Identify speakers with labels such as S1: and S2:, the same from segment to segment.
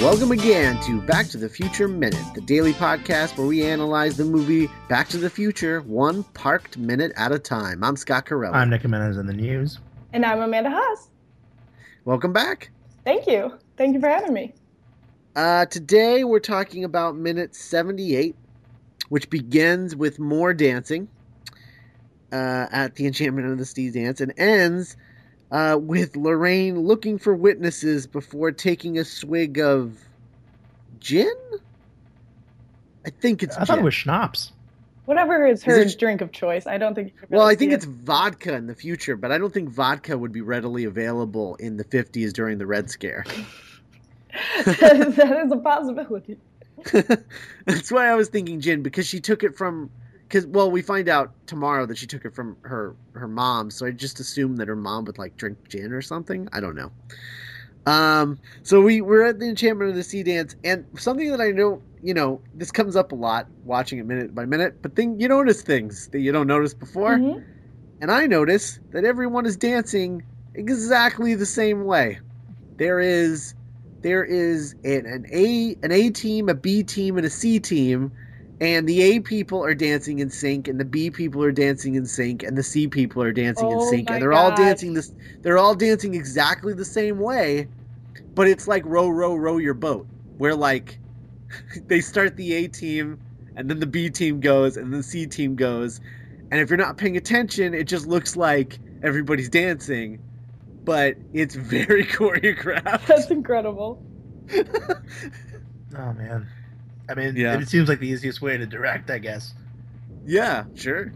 S1: Welcome again to Back to the Future Minute, the daily podcast where we analyze the movie Back to the Future one parked minute at a time. I'm Scott Carell.
S2: I'm Nick Jimenez in the news.
S3: And I'm Amanda Haas.
S1: Welcome back.
S3: Thank you. Thank you for having me.
S1: Uh, today we're talking about minute 78, which begins with more dancing uh, at the Enchantment of the Sea dance and ends uh, with Lorraine looking for witnesses before taking a swig of gin. I think it's.
S2: I thought it
S1: gin.
S2: was schnapps.
S3: Whatever is her
S1: Is it-
S3: drink of choice, I don't think. You can
S1: well,
S3: really
S1: I think
S3: see
S1: it's vodka in the future, but I don't think vodka would be readily available in the 50s during the Red Scare.
S3: it. that is a possibility.
S1: That's why I was thinking gin because she took it from because well we find out tomorrow that she took it from her her mom so I just assumed that her mom would like drink gin or something I don't know. Um, so we we're at the enchantment of the sea dance and something that I know you know this comes up a lot watching it minute by minute but then you notice things that you don't notice before
S3: Mhm.
S1: and I notice that everyone is dancing exactly the same way. There is there is an, an A an A team, a B team, and a C team, and the A people are dancing in sync, and the B people are dancing in sync, and the C people are dancing in
S3: Oh
S1: sync,
S3: my
S1: and they're all
S3: God.
S1: dancing this they're all dancing exactly the same way, but it's like row row row your boat, where like they start the A team, and then the B team goes, and then the C team goes, and if you're not paying attention, it just looks like everybody's dancing, but it's very
S3: That's
S1: choreographed.
S3: incredible.
S2: Oh man. I mean,
S1: Yeah.
S2: it seems like the easiest way to direct, I guess.
S1: yeah, sure.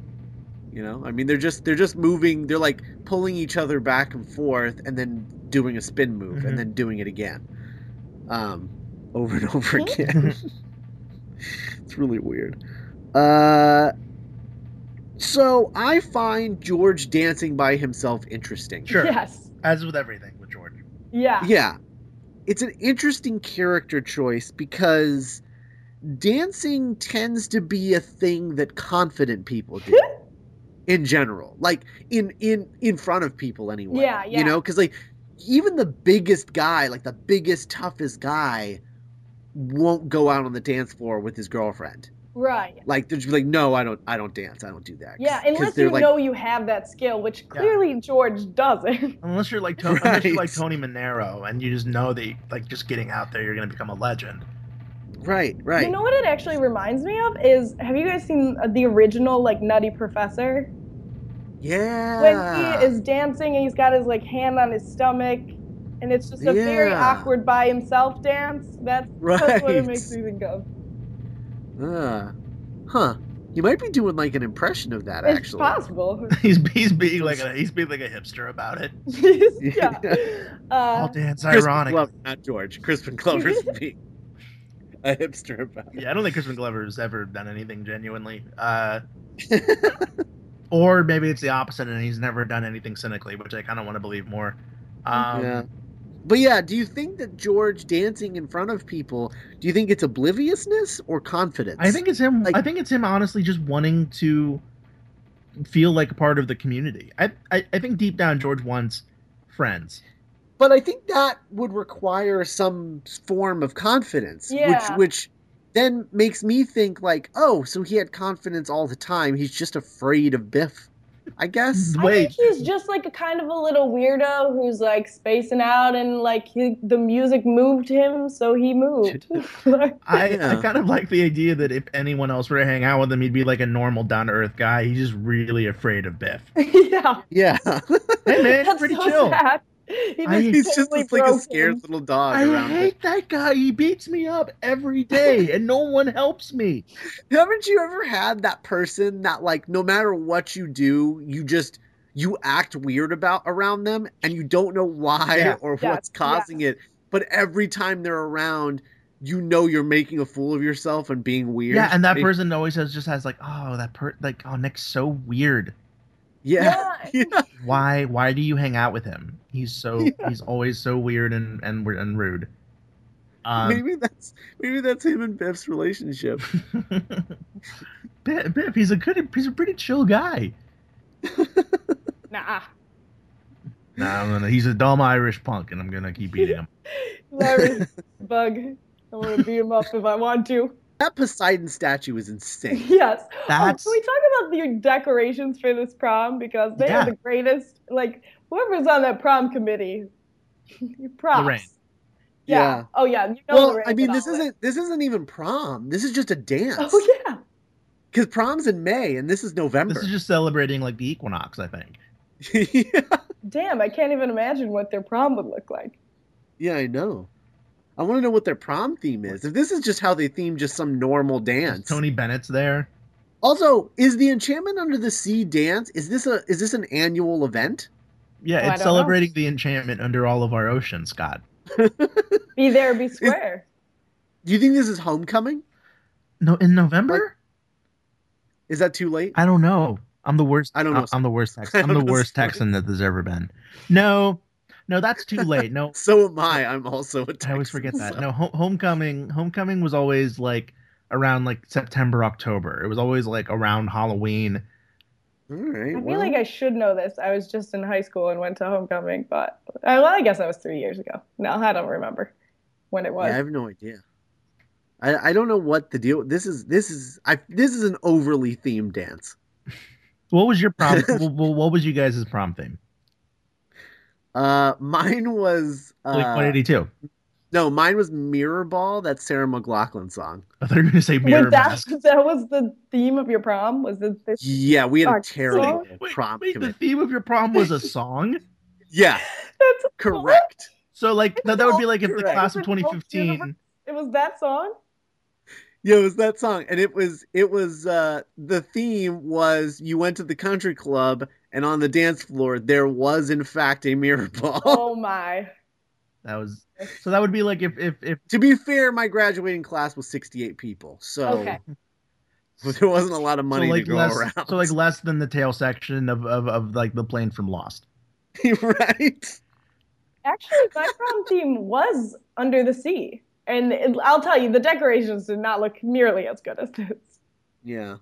S1: You know, I mean, they're just they're just moving. They're like pulling each other back and forth, and then doing a spin move,
S2: Mhm.
S1: and then doing it again, um, over and over again. it's really weird. Uh, so I find George dancing by himself interesting.
S2: Sure.
S3: Yes.
S2: As with everything with George.
S3: Yeah.
S1: yeah it's an interesting character choice because dancing tends to be a thing that confident people do in general like in in in front of people anyway
S3: Yeah,
S1: you
S3: yeah.
S1: know because like even the biggest guy like the biggest toughest guy won't go out on the dance floor with his girlfriend
S3: Right.
S1: like they're just like no i don't i don't dance i don't do that 'Cause-
S3: Yeah,
S1: 'cause
S3: unless
S1: they're
S3: you
S1: like,
S3: know you have that skill, which clearly George doesn't.
S2: Unless you're like to- unless you're like
S1: Right.
S2: Tony Monero and you just know that like just getting out there you're gonna become a legend.
S1: right right
S3: You know what it actually reminds me of is have you guys seen uh, the original like Nutty Professor?
S1: yeah Ah.
S3: when he is dancing and he's got his like hand on his stomach and it's just a very
S1: Yeah.
S3: awkward by himself dance that's, that's what
S1: Right.
S3: it makes me think of
S1: Uh, huh. You might be doing like an impression of that,
S3: it's
S1: actually.
S3: possible
S2: he's he's being like a he's being like a hipster about it.
S3: yeah uh,
S2: I'll dance
S1: Crispin
S2: ironic.
S1: Glover, not George. Crispin Glover's being a hipster about it.
S2: Yeah, I don't think Crispin Glover's ever done anything genuinely. Uh, or maybe it's the opposite, and he's never done anything cynically, which I kind of want to believe more. Um,
S1: yeah. But yeah, do you think that George dancing in front of people, do you think it's obliviousness or confidence?
S2: I think it's him.
S1: Like-
S2: I think it's him. Honestly, just wanting to feel like a part of the community. I, I, I think deep down, George wants friends.
S1: But I think that would require some form of confidence,
S3: Yeah.
S1: which which then makes me think like, oh, so he had confidence all the time. He's just afraid of Biff, I guess.
S3: I
S2: Wait.
S3: think he's just like a kind of a little weirdo who's like spacing out and like he, the music moved him so he moved Like,
S2: I, I
S1: Yeah.
S2: kind of like the idea that if anyone else were to hang out with him, he'd be like a normal, down to earth guy. He's just really afraid of Biff.
S3: yeah
S1: Yeah.
S2: Hey man,
S3: that's
S2: pretty
S3: so
S2: chill.
S3: sad he
S2: I-
S3: just
S1: He's just
S3: totally
S1: this, like a
S3: broke
S1: scared
S3: him.
S1: little dog
S2: I
S1: around. him.
S2: hate that guy. He beats me up every day, and no one helps me.
S1: Haven't you ever had that person that like no matter what you do, you just you act weird about around them and you don't know why
S2: Yeah.
S1: or
S3: Yeah.
S1: what's causing it, but every time they're around, you know you're making a fool of yourself and being weird.
S2: Yeah, and that
S1: It-
S2: person always has just has like, oh, that per like, oh, Nick's so weird.
S1: Yeah.
S3: yeah
S1: Yeah.
S2: Why? Why do you hang out with him? He's so
S1: Yeah.
S2: he's always so weird and and weird and rude. Um,
S1: maybe that's maybe that's him and Biff's relationship.
S2: Biff, Biff, he's a good, he's a pretty chill guy.
S3: nah
S2: Nah, I'm gonna. He's a dumb Irish punk, and I'm gonna keep beating him.
S3: Larry Bug. I want to beat him up if I want to.
S1: That Poseidon statue is insane.
S3: Yes. Oh,
S2: That's
S3: can we talk about the decorations for this prom because they
S2: Yeah.
S3: are the greatest. Like whoever's on that prom committee, props.
S2: Lorraine.
S3: Yeah.
S1: Yeah.
S3: Oh yeah. You know
S1: Well,
S3: Lorraine
S1: I mean,
S3: Gonzalez.
S1: this isn't this isn't even prom. This is just a dance.
S3: Oh yeah.
S1: Because prom's in May and this is November.
S2: this is just celebrating like the equinox. I think.
S1: yeah.
S3: Damn, I can't even imagine what their prom would look like.
S1: yeah, I know. I want to know what their prom theme is. If this is just how they theme just some normal dance.
S2: Tony Bennett's there.
S1: Also, is the Enchantment Under the Sea dance? Is this a is this an annual event?
S2: Yeah,
S3: Oh, I
S2: it's
S3: don't know.
S2: celebrating the enchantment under all of our oceans, Scott.
S3: Be there, be square.
S1: Do you think this is homecoming?
S2: No, in November?
S1: Is that too late?
S2: I don't know. I'm the worst.
S1: I don't know.
S2: I'm the worst
S1: I
S2: Texan. I'm
S1: don't
S2: the
S1: know,
S2: worst
S1: Scott.
S2: Texan that there's ever been. No, no, that's too late. No,
S1: so am I. I'm also a Texan.
S2: I always forget that.
S1: so-
S2: No, ho- homecoming. Homecoming was always like around like September, October. It was always like around Halloween.
S1: All right.
S3: I feel
S1: well,
S3: like I should know this. I was just in high school and went to homecoming, but I, well, I guess that was three years ago. No, I don't remember when it was.
S1: yeah, I have no idea. I, I don't know what the deal. This is this is I this is an overly themed dance.
S2: What was your prom? wh- wh- what was you guys' prom theme?
S1: Uh, mine was uh,
S2: Like 182.
S1: no, mine was Mirror Ball. That Sarah McLaughlin song.
S2: I thought you were gonna say
S3: Wait,
S2: mirror
S3: that,
S2: mask.
S3: that was the theme of your prom? Was it this?
S1: Yeah, we had a
S3: Fuck,
S1: terrible
S2: Wait,
S1: prom
S2: wait, the
S1: commit.
S2: theme of your prom was a song.
S1: Yeah,
S3: That's,
S1: correct.
S2: So like that, that would be like if the
S1: Correct.
S2: class of 2015.
S3: it was that song?
S1: Yeah, it was that song, and it was it was uh the theme was you went to the country club, and on the dance floor there was in fact a mirror ball.
S3: Oh my.
S2: That was so that would be like if if if
S1: to be fair, my graduating class was sixty eight people, so
S3: Okay.
S1: there wasn't a lot of money
S2: so like
S1: to go
S2: less
S1: around.
S2: so like less than the tail section of of of like the plane from Lost.
S1: right?
S3: Actually, my prom theme was Under the Sea. And it, I'll tell you, the decorations did not look nearly as good as this.
S1: Yeah.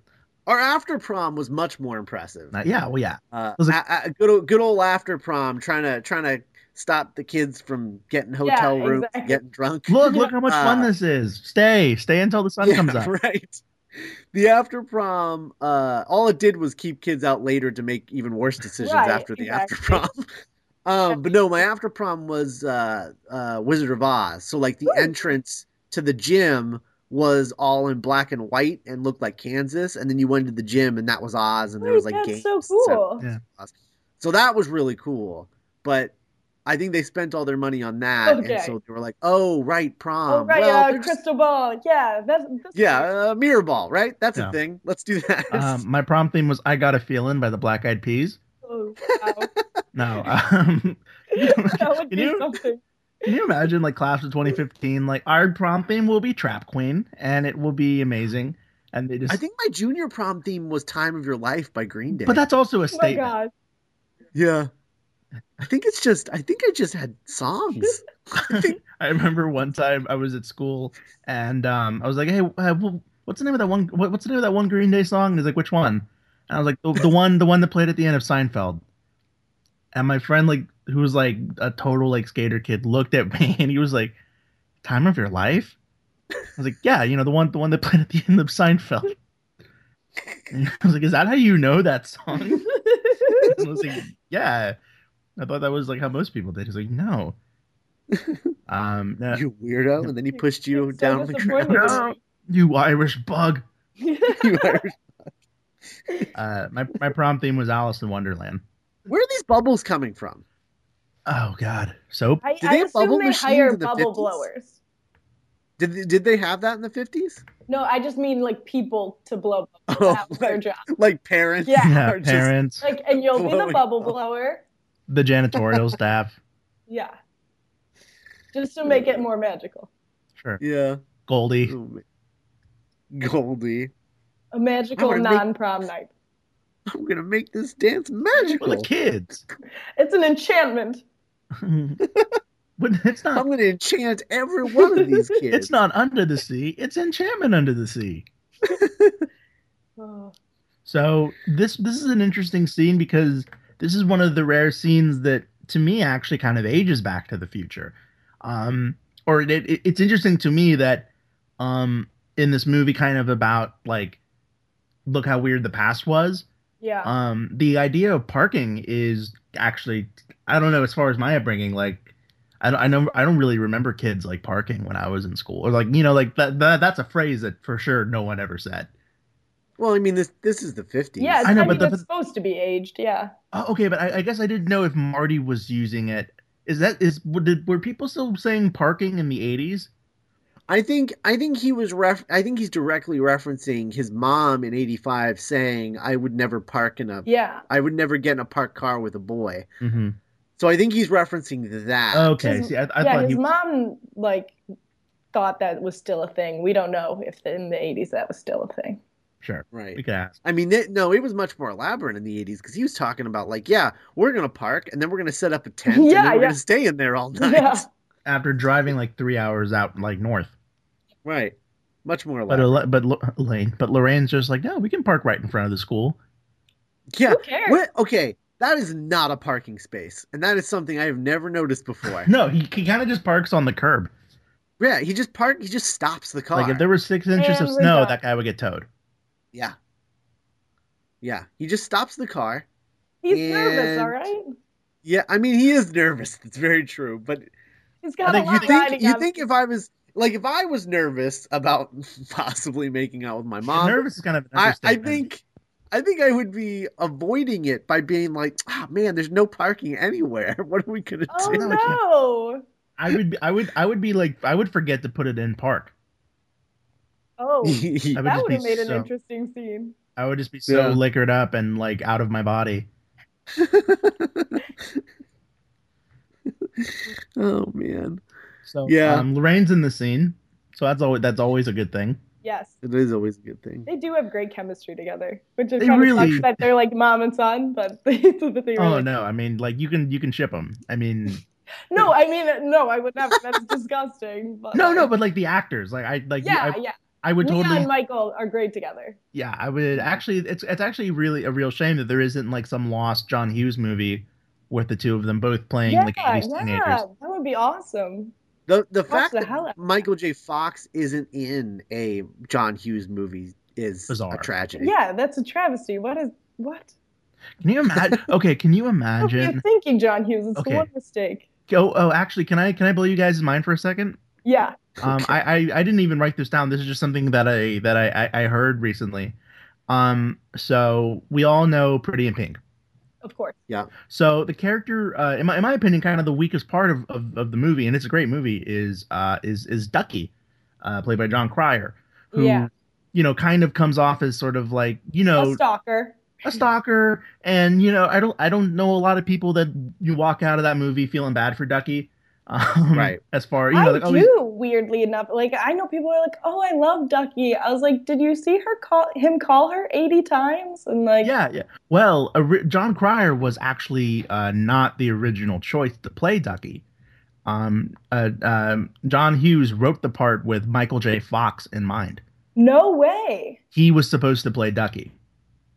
S1: Our after prom was much more impressive.
S2: Uh, yeah, well yeah.
S1: Uh,
S2: Was it-
S1: a- a- good old good old after prom, trying to trying to stop the kids from getting hotel rooms,
S3: exactly.
S1: getting drunk.
S2: Look look how much fun
S1: Uh,
S2: this is. Stay stay until the sun
S1: Yeah,
S2: comes up.
S1: Right. The after prom, uh, all it did was keep kids out later to make even worse decisions
S3: Right,
S1: after the after prom.
S3: exactly.
S1: Um, but no, my after prom was uh, uh, Wizard of Oz. So like the
S3: Woo.
S1: entrance to the gym was all in black and white and looked like Kansas, and then you went to the gym and that was Oz, and there
S3: Wait,
S1: was like
S3: that's
S1: games.
S3: so
S1: and stuff.
S3: cool.
S2: Yeah.
S1: So that was really cool. But I think they spent all their money on that, and
S3: Okay.
S1: so they were like, "Oh, right, prom.
S3: Oh, right,
S1: well,
S3: uh,
S1: there's-
S3: crystal ball. Yeah, that's, that's
S1: yeah, uh, mirror ball, right? That's
S2: Yeah.
S1: a thing. Let's do that.
S2: Um, my prom theme was I Got a Feeling by the Black Eyed Peas.
S3: Oh, wow.
S2: No. Um,
S3: that
S2: Can
S3: would be
S2: you-
S3: something. Oh
S2: can you imagine like class of 2015 like our prom theme will be Trap Queen and it will be amazing and they just
S1: I think my junior prom theme was "Time of Your Life" by Green Day.
S2: but that's also a
S3: Oh my
S2: statement.
S3: god.
S1: yeah, I think it's just. I think I just had songs.
S2: I remember one time I was at school and um, I was like, "Hey, uh, wh- what's the name of that one? What, what's the name of that one Green Day song?" And he's like, "Which one?" And I was like, the, "The one, the one that played at the end of Seinfeld." And my friend, like, who was like a total like skater kid, looked at me and he was like, "Time of your life?" I was like, "Yeah, you know the one, the one that played at the end of Seinfeld." And I was like, "Is that how you know that song?" And I was like, "Yeah." I thought that was like how most people did. He's like, "No." Um, no,
S1: you weirdo! And then he pushed you
S3: I'm so
S1: down the
S3: disappointed.
S1: ground.
S2: You Irish bug.
S1: You Irish-
S2: Uh, my, my prom theme was Alice in Wonderland.
S1: Where are these bubbles coming from?
S2: Oh God, soap.
S3: I,
S1: they
S3: I
S1: have bubble
S3: assume they
S1: machines
S3: hire
S1: in the
S3: bubble
S1: 50s?
S3: blowers.
S1: Did they, did they have that in the fifties?
S3: No, I just mean like people to blow bubbles.
S1: Oh,
S3: that was their job.
S1: Like parents?
S3: Yeah.
S2: Yeah,
S1: Or just-
S2: parents,
S3: Like, and you'll be the
S1: Blowing
S3: bubble
S1: bubbles.
S3: blower.
S2: the janitorial staff.
S3: Yeah. Just to make it more magical.
S2: Sure,
S1: Yeah.
S2: Goldie.
S1: Oh, man. Goldie,
S3: A magical
S1: gonna make-
S3: non prom night.
S1: I'm gonna make this dance
S2: For the
S1: magical.
S2: kids.
S3: It's an enchantment.
S2: but it's
S1: I'm
S2: not.
S1: gonna enchant every one of these kids.
S2: It's not under the sea. It's enchantment under the sea.
S3: Oh,
S2: So this this is an interesting scene because this is one of the rare scenes that to me actually kind of ages back to the future. Um, or it, it, it's interesting to me that um, in this movie, kind of about like, look how weird the past was.
S3: Yeah.
S2: Um, the idea of parking is actually, I don't know, as far as my upbringing, like, I don't, I know I don't really remember kids like parking when I was in school, or like you know, like that, that that's a phrase that for sure no one ever said.
S1: Well, I mean this this is the fifties.
S3: yeah, it's
S2: I know,
S3: I
S2: but the-
S3: it's supposed to be aged. Yeah.
S2: Oh, okay, but I, I guess I didn't know if Marty was using it. Is that is were- did, were people still saying parking in the eighties?
S1: I think I think he was ref. I think he's directly referencing his mom in '85 saying, "I would never park in a.
S3: Yeah.
S1: I would never get in a parked car with a boy."
S2: Mm-hmm.
S1: So I think he's referencing that.
S2: Okay,
S3: His-
S2: see, I, I
S3: yeah.
S2: thought
S3: His
S2: he.
S3: mom like thought that was still a thing. We don't know if in the 80s that was still a thing.
S2: Sure,
S1: right.
S2: we could ask.
S1: I mean, th- no, it was much more elaborate in the '80s because he was talking about like, yeah, we're gonna park and then we're gonna set up a tent and
S3: Yeah,
S1: then we're
S3: yeah.
S1: gonna stay in there all night.
S3: Yeah.
S2: After driving like three hours out, like north,
S1: Right. Much more
S2: but
S1: elaborate.
S2: Ele- but Lo- Lane, but Lorraine's just like, no, we can park right in front of the school.
S1: yeah.
S3: Who cares?
S1: What? Okay, that is not a parking space, and that is something I have never noticed before.
S2: No, he, he kind of just parks on the curb.
S1: yeah, he just park. He just stops the car.
S2: Like if there were six inches of
S3: And we're
S2: snow,
S3: done.
S2: that guy would get towed.
S1: Yeah. Yeah. He just stops the car.
S3: He's nervous,
S1: And-
S3: all right.
S1: Yeah, I mean he is nervous. That's very true. But
S3: He's got a
S2: think
S3: lot
S1: you
S3: riding
S1: think you
S3: on.
S1: think if I was like if I was nervous about possibly making out with my mom,
S2: Nervous is kind of an
S1: I, I
S2: understatement.
S1: think I think I would be avoiding it by being like, ah man, there's no parking anywhere. What are we gonna
S3: Oh
S1: do?
S2: no, I
S3: no!
S2: I would be, I would I would be like I would forget to put it in park.
S3: Oh,
S2: I
S1: yeah,
S2: would
S3: that
S2: just
S3: would
S2: be
S3: have made an
S2: so-
S3: interesting scene.
S2: I would just be so
S1: Yeah.
S2: liquored up and like out of my body.
S1: oh man.
S2: So
S1: Yeah.
S2: um, Lorraine's in the scene, so that's always that's always a good thing.
S3: Yes,
S1: It is always a good thing.
S3: they do have great chemistry together, which is
S2: They
S3: kind
S2: really-
S3: of sucks that they're like mom and son, but they, but they really
S2: Oh no, I mean like you can you can ship them. I mean
S3: No, I mean no, I would never. That's disgusting. But
S2: no no,
S3: like-
S2: but like the actors, like I like
S3: yeah,
S2: I,
S3: yeah.
S2: I would
S3: Leah
S2: totally
S3: and Michael are great together.
S2: yeah I would actually it's it's actually really a real shame that there isn't like some lost John Hughes movie with the two of them both playing
S3: yeah,
S2: like 80s teenagers.
S3: yeah, that would be awesome.
S1: The the fact
S3: the
S1: that
S3: hell out of
S1: Michael J. Fox isn't in a John Hughes movie is
S2: Bizarre.
S1: a tragedy.
S3: Yeah, that's a travesty. What is what?
S2: Can you imagine? okay, can you
S3: What were
S2: imagine?
S3: you thinking, John Hughes? It's
S2: Okay.
S3: the one mistake.
S2: Oh, oh, actually, can I can I blow you guys' mind for a second?
S3: Yeah.
S2: Um, I, I I didn't even write this down. This is just something that I that I I, I heard recently. Um, so we all know Pretty in Pink.
S3: Of course.
S2: So the character, uh, in my in my opinion, kind of the weakest part of, of, of the movie, and it's a great movie, is uh is is Ducky, uh, played by John Cryer, who
S3: Yeah.
S2: you know kind of comes off as sort of like you know
S3: A stalker.
S2: a stalker and you know i don't i don't know a lot of people that you walk out of that movie feeling bad for ducky um,
S1: Right.
S2: as far you know
S3: I
S2: like, oh, he's-
S3: do, weirdly enough. Like I know people are like, "Oh, I love Ducky." I was like, "Did you see her call him call her eighty times?" And like,
S2: yeah yeah well ori- john cryer was actually uh, not the original choice to play ducky um, uh, um, john hughes wrote the part with michael j fox in mind
S3: no way.
S2: he was supposed to play ducky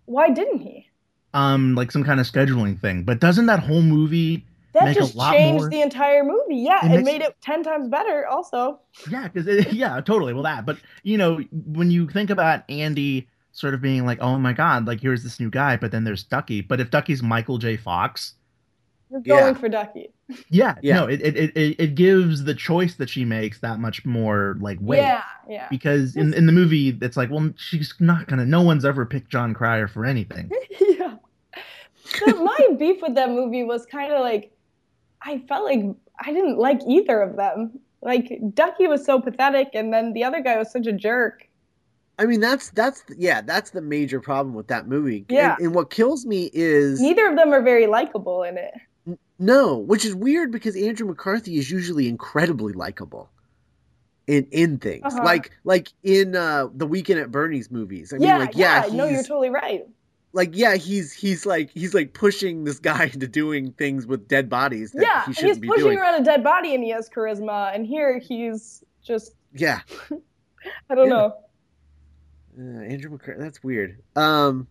S3: Why didn't he?
S2: um like some kind of scheduling thing but doesn't that whole movie
S3: That
S2: Make a
S3: just
S2: lot
S3: changed
S2: more-
S3: the entire movie. Yeah,
S2: It
S3: it,
S2: makes-
S3: made it ten times better. Also,
S2: Yeah, because yeah, totally. Well, that. But you know, when you think about Andy sort of being like, "Oh my God, like here's this new guy," but then there's Ducky. But if Ducky's Michael J. Fox,
S3: you're
S1: Yeah.
S3: going for Ducky.
S2: yeah,
S1: Yeah.
S2: no, it it, it it- it gives the choice that she makes that much more like weight.
S3: Yeah, yeah.
S2: Because in, in the movie, it's like, well, she's not gonna. No one's ever picked John Cryer for anything.
S3: yeah. So my beef with that movie was kind of like, I felt like I didn't like either of them. Like Ducky was so pathetic, and then the other guy was such a jerk.
S1: I mean that's that's yeah, that's the major problem with that movie.
S3: Yeah.
S1: And, and what kills me is
S3: Neither of them are very likable in it.
S1: no, which is weird because Andrew McCarthy is usually incredibly likable in in things.
S3: Uh-huh.
S1: Like like in uh the Weekend at Bernie's movies. I
S3: yeah,
S1: mean like
S3: yeah,
S1: yeah,
S3: no,
S1: he's
S3: you're totally right.
S1: like yeah, he's he's like he's like pushing this guy into doing things with dead bodies that
S3: Yeah,
S1: he
S3: and he's
S1: shouldn't be
S3: pushing
S1: doing.
S3: around a dead body, and he has charisma. And here he's just,
S1: Yeah.
S3: I don't
S1: Yeah.
S3: know.
S1: Uh, Andrew McCarthy. That's weird. Um,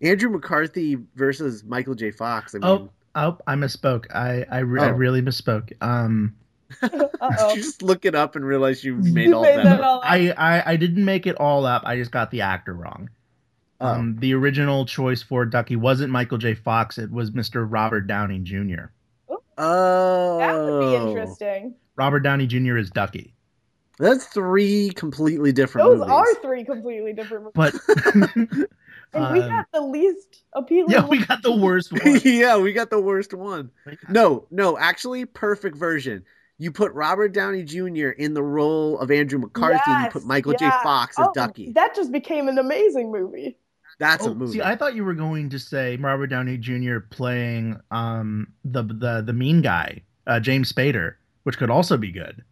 S1: Andrew McCarthy versus Michael J. Fox. I mean,
S2: Oh, Oh, I misspoke. I I, re- I
S1: Oh.
S2: really misspoke. Um,
S1: Did
S3: Uh-oh.
S1: you just look it up and realize you
S2: You
S1: made
S3: You
S1: all
S3: made
S1: that,
S3: that
S1: up?
S3: all up.
S2: I, I I didn't make it all up. I just got the actor wrong.
S1: Oh.
S2: Um, the original choice for Ducky wasn't Michael J. Fox. It was Mr. Robert Downey Jr.
S1: oh,
S3: That would be interesting.
S2: Robert Downey Jr. is Ducky,
S1: That's three completely different.
S3: Those
S1: movies.
S3: are three completely different movies.
S2: but
S3: And we
S2: um,
S3: got the least appealing.
S2: yeah, we got the worst one.
S1: yeah, we got the worst one. No, no, actually, perfect version. You put Robert Downey Jr. in the role of Andrew McCarthy. and you
S3: Yes,
S1: put Michael
S3: yeah.
S1: J. Fox as
S3: Oh,
S1: Ducky.
S3: That just became an amazing movie.
S1: That's
S2: Oh,
S1: a movie.
S2: See, I thought you were going to say Robert Downey Jr. playing um the the the mean guy, uh, James Spader, which could also be good.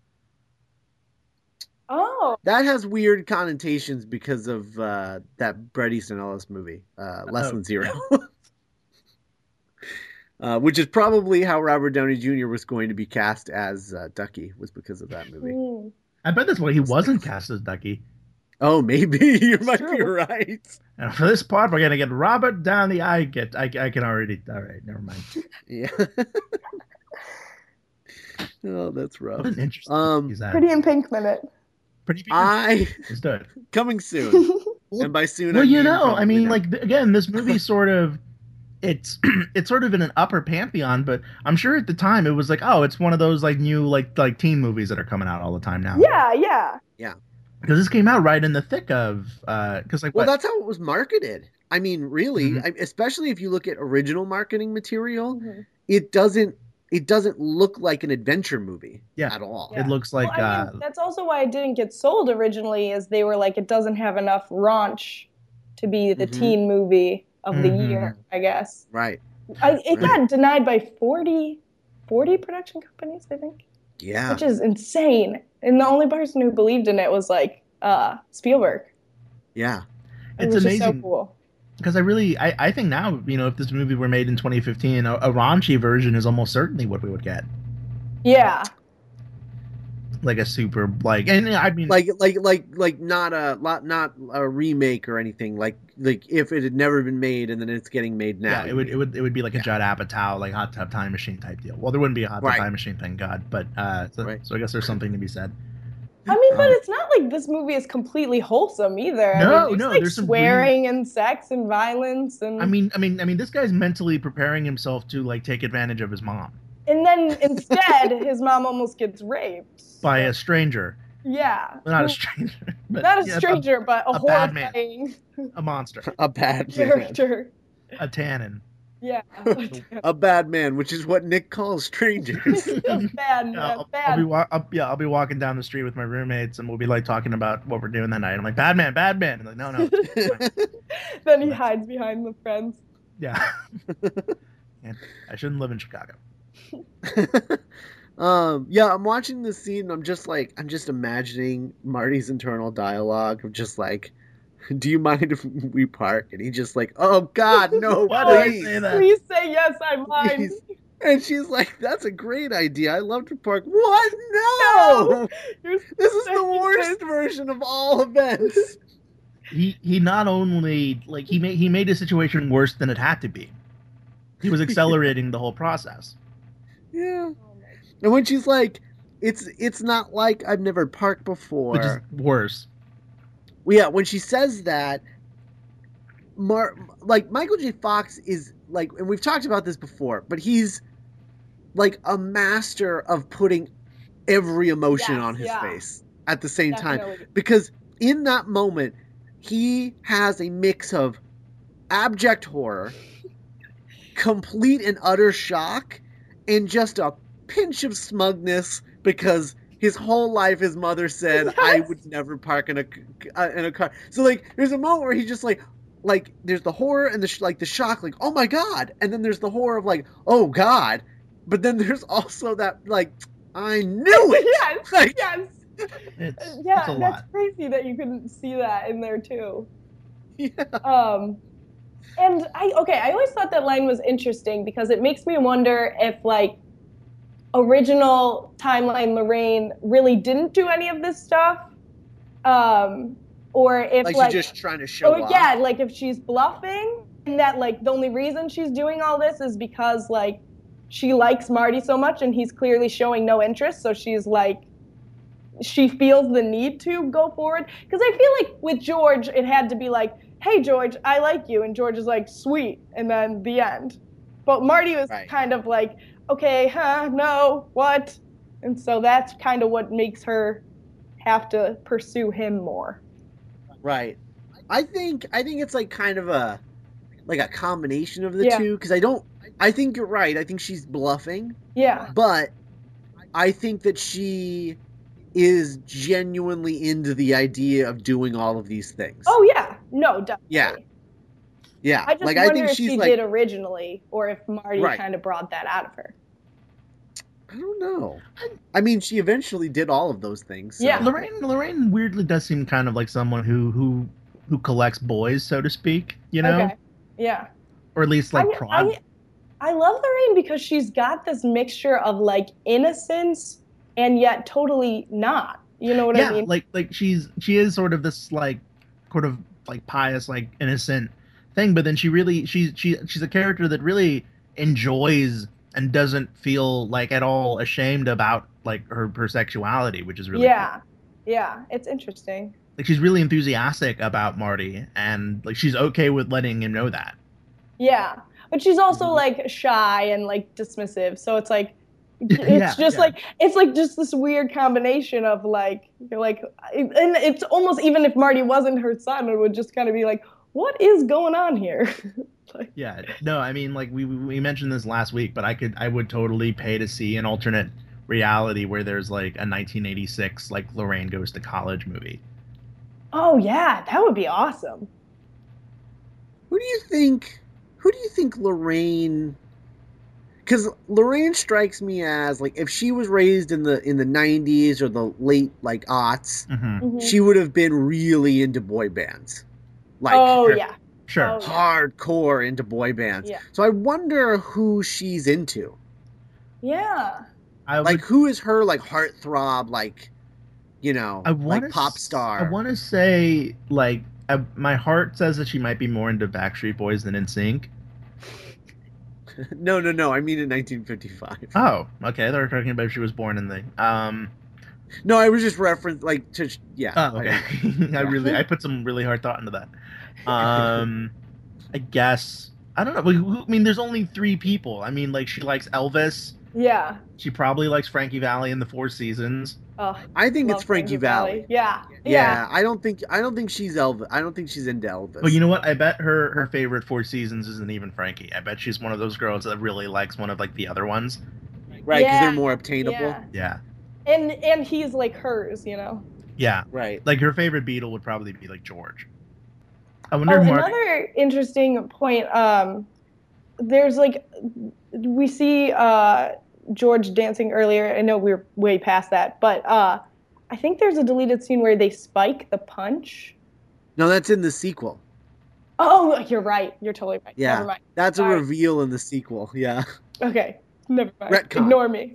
S3: Oh,
S1: That has weird connotations because of uh, that Bret Easton Ellis movie, uh, Less
S2: Oh.
S1: Than Zero, uh, which is probably how Robert Downey Jr. was going to be cast as uh, Ducky was because of that movie.
S3: Mm.
S2: I bet that's why he wasn't cast as Ducky.
S1: Oh, maybe you might be
S3: true.
S1: right.
S2: And for this part, we're gonna get Robert Downey. I get. I, I can already. All right, never mind.
S1: Yeah. oh, that's
S2: What
S1: rough.
S2: an interesting.
S1: Um,
S2: he's at.
S3: Pretty in Pink Minute.
S2: pretty. Peter
S1: I
S2: is dead.
S1: coming soon, and by soon,
S2: Well,
S1: I
S2: you
S1: mean
S2: know, I
S1: probably
S2: mean,
S1: now.
S2: like th- again, this movie sort of it's it's sort of in an upper pantheon, but I'm sure at the time it was like, oh, it's one of those like new like like teen movies that are coming out all the time now.
S3: yeah, yeah.
S2: because this came out right in the thick of because like
S1: Well,
S2: what?
S1: that's how it was marketed. I mean, really,
S2: Mhm.
S1: I, especially if you look at original marketing material,
S3: Mhm.
S1: it doesn't it doesn't look like an adventure movie
S2: Yeah.
S1: at all.
S3: Yeah.
S2: it looks like
S3: well, I mean,
S2: uh,
S3: that's also why it didn't get sold originally, is they were like, it doesn't have enough raunch to be the
S1: Mhm.
S3: teen movie of the
S2: Mhm.
S3: year, I guess.
S1: Right.
S3: I,
S1: Right.
S3: it got denied by 40, 40 production companies, I think,
S1: Yeah.
S3: which is insane. And the only person who believed in it was like uh, Spielberg.
S1: Yeah.
S2: It's
S3: which Is so
S2: amazing.
S3: cool.
S2: because I really I, I think now you know if this movie were made in 2015, a, a raunchy version is almost certainly what we would get,
S3: Yeah.
S2: like a super like and I mean
S1: Like like like like not a lot not a remake or anything like like if it had never been made and then it's getting made now.
S2: yeah, it would it would it would be like a Judd Apatow like hot tub time machine type deal. Well, there wouldn't be a hot tub
S1: Right.
S2: time machine, thank God. But uh, so,
S1: Right.
S2: so I guess there's something to be said.
S3: I mean, but
S2: Um,
S3: it's not like this movie is completely wholesome either. I
S2: No,
S3: mean,
S2: no,
S3: like
S2: there's some
S3: swearing and sex and violence and
S2: I mean, I mean, I mean, this guy's mentally preparing himself to like take advantage of his mom
S3: and then instead his mom almost gets raped
S2: by a stranger,
S3: yeah,
S2: not a stranger, but
S3: Not a
S2: yeah,
S3: stranger, but a,
S2: a bad man.
S3: horrifying
S2: a monster,
S1: a bad man.
S3: character.
S2: a tannin.
S3: Yeah,
S1: A bad man, which is what Nick calls strangers.
S3: a bad, man,
S2: Yeah, I'll, I'll
S3: bad.
S2: be wa- I'll, yeah, I'll be walking down the street with my roommates, and we'll be like talking about what we're doing that night. I'm like, bad man, bad man. And like, no, no,
S3: then he hides behind the friends.
S2: yeah. And I shouldn't live in Chicago.
S1: um yeah i'm watching this scene and i'm just like i'm just imagining marty's internal dialogue of just like do you mind if we park and he just like oh god no
S2: Why did I
S1: please."
S2: say that?
S3: Please say yes, I mind.
S1: Please. and she's like that's a great idea i love to park what no,
S3: You're
S1: this is the
S3: saying
S1: worst version of all events
S2: He he not only like he made he made the situation worse than it had to be. He was accelerating the whole process.
S1: yeah and when she's like it's it's not like i've never parked before
S2: Which is worse.
S1: Well, yeah, when she says that, Mar- like Michael J. Fox is like, and we've talked about this before, but he's like a master of putting every emotion
S3: Yes,
S1: on his
S3: yeah.
S1: face at the same time
S3: Definitely.
S1: because in that moment he has a mix of abject horror complete and utter shock and just a pinch of smugness because his whole life his mother said i
S3: Yes.
S1: would never park in a c- c- uh, in a car so like there's a moment where he's just like like there's the horror and the sh- like the shock like oh my god and then there's the horror of like oh god but then there's also that like i knew it
S3: yes,
S1: like
S3: yes.
S2: It's,
S3: Yeah,
S2: it's a lot.
S3: that's crazy that you couldn't see that in there too.
S1: Yeah.
S3: Um, and I okay, I always thought that line was interesting because it makes me wonder if like original timeline Lorraine really didn't do any of this stuff, um, or if
S1: like
S3: like,
S1: she's just trying to show
S3: oh
S1: off.
S3: yeah, like if she's bluffing and that like the only reason she's doing all this is because like she likes Marty so much and he's clearly showing no interest, so she's like she feels the need to go forward because I feel like with George it had to be like, "Hey George, I like you." And George is like, "Sweet." And then the end. But Marty was
S1: Right.
S3: kind of like, "Okay, huh? No. What?" And so that's kind of what makes her have to pursue him more.
S1: Right. I think I think it's like kind of a like a combination of the
S3: Yeah.
S1: two because I don't. I think you're right. I think she's bluffing,
S3: Yeah.
S1: but I think that she is genuinely into the idea of doing all of these things.
S3: Oh yeah. No, definitely.
S1: Yeah. yeah.
S3: I just
S1: like
S3: wonder
S1: I think
S3: if
S1: she's
S3: she
S1: like
S3: did originally, or if Marty
S1: Right.
S3: kind of brought that out of her.
S1: I don't know. I mean, she eventually did all of those things. so-
S3: Yeah.
S2: Lorraine Lorraine weirdly does seem kind of like someone who who who collects boys, so to speak, you know,
S3: Okay. Yeah.
S2: or at least like
S3: I,
S2: prod.
S3: I, I love Lorraine because she's got this mixture of like innocence and yet totally not. You know what
S2: yeah,
S3: I mean?
S2: like like she's she is sort of this like sort of like pious like innocent thing, but then she really she's she she's a character that really enjoys and doesn't feel like at all ashamed about like her her sexuality, which is really cool.
S3: yeah. Yeah. It's interesting.
S2: like she's really enthusiastic about Marty and like she's okay with letting him know that.
S3: Yeah. But she's also
S1: Mhm.
S3: like shy and like dismissive. So it's like it's
S2: Yeah,
S3: just
S2: yeah.
S3: like it's like just this weird combination of like you're like and it's almost even if Marty wasn't her son, it would just kind of be like, what is going on here?
S2: Yeah, no, I mean, like we we- we mentioned this last week, but I could I would totally pay to see an alternate reality where there's like a 1986 like Lorraine goes to college movie.
S3: oh yeah, that would be awesome.
S1: Who do you think? Who do you think Lorraine? Because Lorraine strikes me as like if she was raised in the in the '90s or the late like aughts,
S2: Mm-hmm.
S3: Mhm.
S1: she would have been really into boy bands, like
S3: oh
S2: her-
S3: yeah.
S2: Sure.
S3: Oh,
S1: hardcore into boy bands.
S3: Yeah.
S1: So I wonder who she's into.
S3: Yeah.
S2: I would,
S1: Like who is her like heartthrob? Like you know,
S2: I want
S1: like pop star.
S2: I want to say like I, my heart says that she might be more into Backstreet Boys than NSYNC.
S1: no, no, no. I mean in 1955.
S2: Oh, okay. They were talking about if she was born in the um.
S1: No, I was just referenced like to yeah.
S2: Oh,
S1: I-
S2: okay. I really I put some really hard thought into that. Um, I guess I don't know. Like, who- I mean, there's only three people. I mean, like she likes Elvis.
S3: Yeah.
S2: She probably likes Frankie Valley in the Four Seasons.
S3: Oh,
S1: I think
S3: love
S1: it's Frankie Valley.
S3: Yeah. Yeah.
S1: Yeah, I don't think I don't think she's Elvis. I don't think she's into Elvis.
S2: But you know what? I bet her her favorite Four Seasons isn't even Frankie. I bet she's one of those girls that really likes one of like the other ones.
S1: right? Because
S3: Yeah,
S1: they're more obtainable.
S3: Yeah.
S2: Yeah,
S3: And and he's like hers, you know.
S2: yeah.
S1: Right.
S2: Like her favorite Beatle would probably be like George. I
S3: Oh,
S2: wonder if Marty.
S3: another interesting point. Um, there's like we see uh, George dancing earlier. I know we are way past that, but uh, I think there's a deleted scene where they spike the punch.
S1: No, that's in the sequel.
S3: Oh, you're right. You're totally right.
S1: Yeah.
S3: Never mind.
S1: That's a
S3: Sorry.
S1: reveal in the sequel. Yeah,
S3: Okay. Never mind.
S1: Retcon.
S3: Ignore me.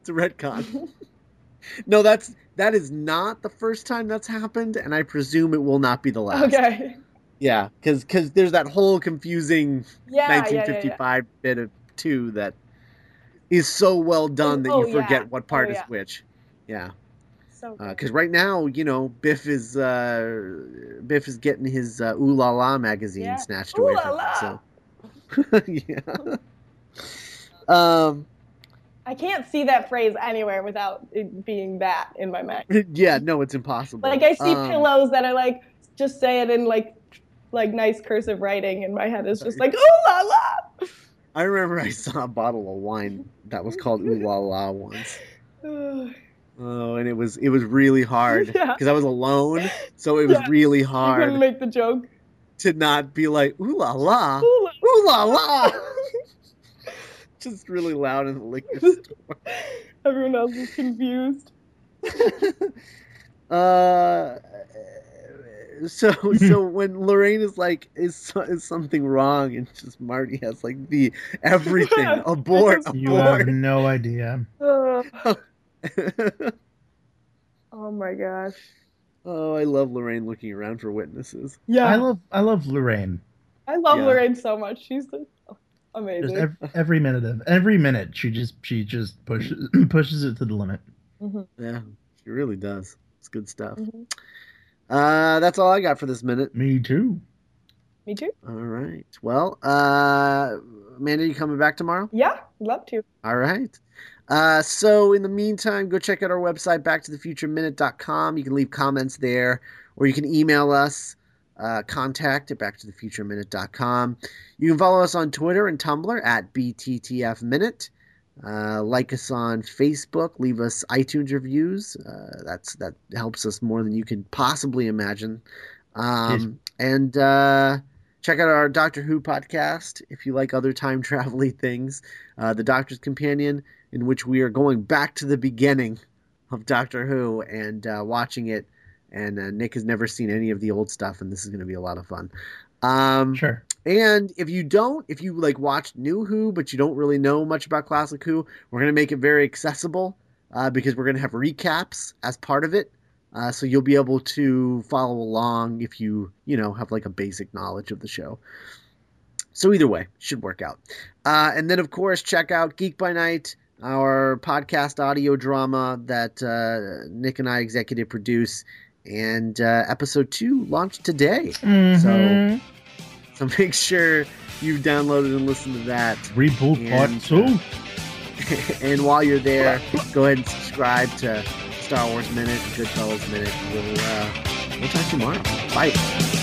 S1: it's a retcon. no, that's that is not the first time that's happened, and I presume it will not be the last.
S3: okay.
S1: Yeah, because there's that whole confusing
S3: Yeah. yeah, yeah,
S1: 1955
S3: yeah.
S1: bit of two that is so well done that
S3: oh,
S1: you forget
S3: yeah.
S1: what part
S3: Oh,
S1: is
S3: yeah.
S1: which. Yeah.
S3: So good.
S1: because Uh, right now, you know, Biff is uh, Biff is getting his uh, Ooh La La magazine
S3: Yeah.
S1: snatched
S3: Ooh
S1: away
S3: la
S1: from
S3: la.
S1: him. So, yeah. Um.
S3: I can't see that phrase anywhere without it being that in my mind.
S1: Yeah. No, it's impossible.
S3: Like I see
S1: Um,
S3: pillows that are like just say it in like like nice cursive writing, and my head is just like ooh la la.
S1: I remember I saw a bottle of wine that was called Ooh La La once.
S3: Ugh.
S1: Oh, and it was it was really hard
S3: Yeah.
S1: because I was alone, so it was
S3: Yeah.
S1: really
S3: I couldn't
S1: hard
S3: make the joke.
S1: to not be like Ooh La La,
S3: Ooh la
S1: Ooh La La, just really loud in the liquor store.
S3: Everyone else is confused.
S1: Uh, so so when Lorraine is like, is so- is something wrong, and just Marty has like the everything
S3: Yeah,
S1: abort
S3: I
S2: You have
S1: abort.
S2: no idea.
S3: Ugh. oh my gosh.
S1: oh, I love Lorraine looking around for witnesses.
S3: Yeah,
S2: I
S3: I,
S2: love I love Lorraine.
S3: love
S1: Yeah.
S3: Lorraine so much. She's the
S2: Just
S3: Amazing.
S2: ev- every minute of every minute, she just she just pushes pushes it to the limit.
S3: Mhm,
S1: Yeah, she really does. It's good stuff.
S3: mhm.
S1: Uh, that's all I got for this minute.
S2: Me too.
S3: Me too.
S1: All right. Well, uh, Amanda, you coming back tomorrow?
S3: Yeah, love to.
S1: All right. Uh, so, in the meantime, go check out our website, backtothefutureminute.com. You can leave comments there, or you can email us, uh, contact at backtothefutureminute.com. You can follow us on Twitter and Tumblr at BTTFminute. Uh, like us on Facebook. Leave us iTunes reviews. Uh, that's that helps us more than you can possibly imagine. Um, and uh, check out our Doctor Who podcast if you like other time traveling things uh, The Doctor's Companion, in which we are going back to the beginning of Doctor Who and uh, watching it. And uh, Nick has never seen any of the old stuff, and this is going to be a lot of fun. Um,
S2: Sure.
S1: and if you don't, if you like watched New Who, but you don't really know much about Classic Who, we're going to make it very accessible uh, because we're going to have recaps as part of it. Uh, so you'll be able to follow along if you, you know, have like a basic knowledge of the show. So either way, should work out. Uh, and then, of course, check out Geek by Night, our podcast audio drama that uh, Nick and I executive produce. And uh, episode two launched today.
S2: Mhm.
S1: So make sure you've downloaded and listened to that.
S2: reboot
S1: And,
S2: part two.
S1: And while you're there, go ahead and subscribe to Star Wars Minute, Goodfellas Minute. We'll, uh, we'll talk tomorrow. Bye.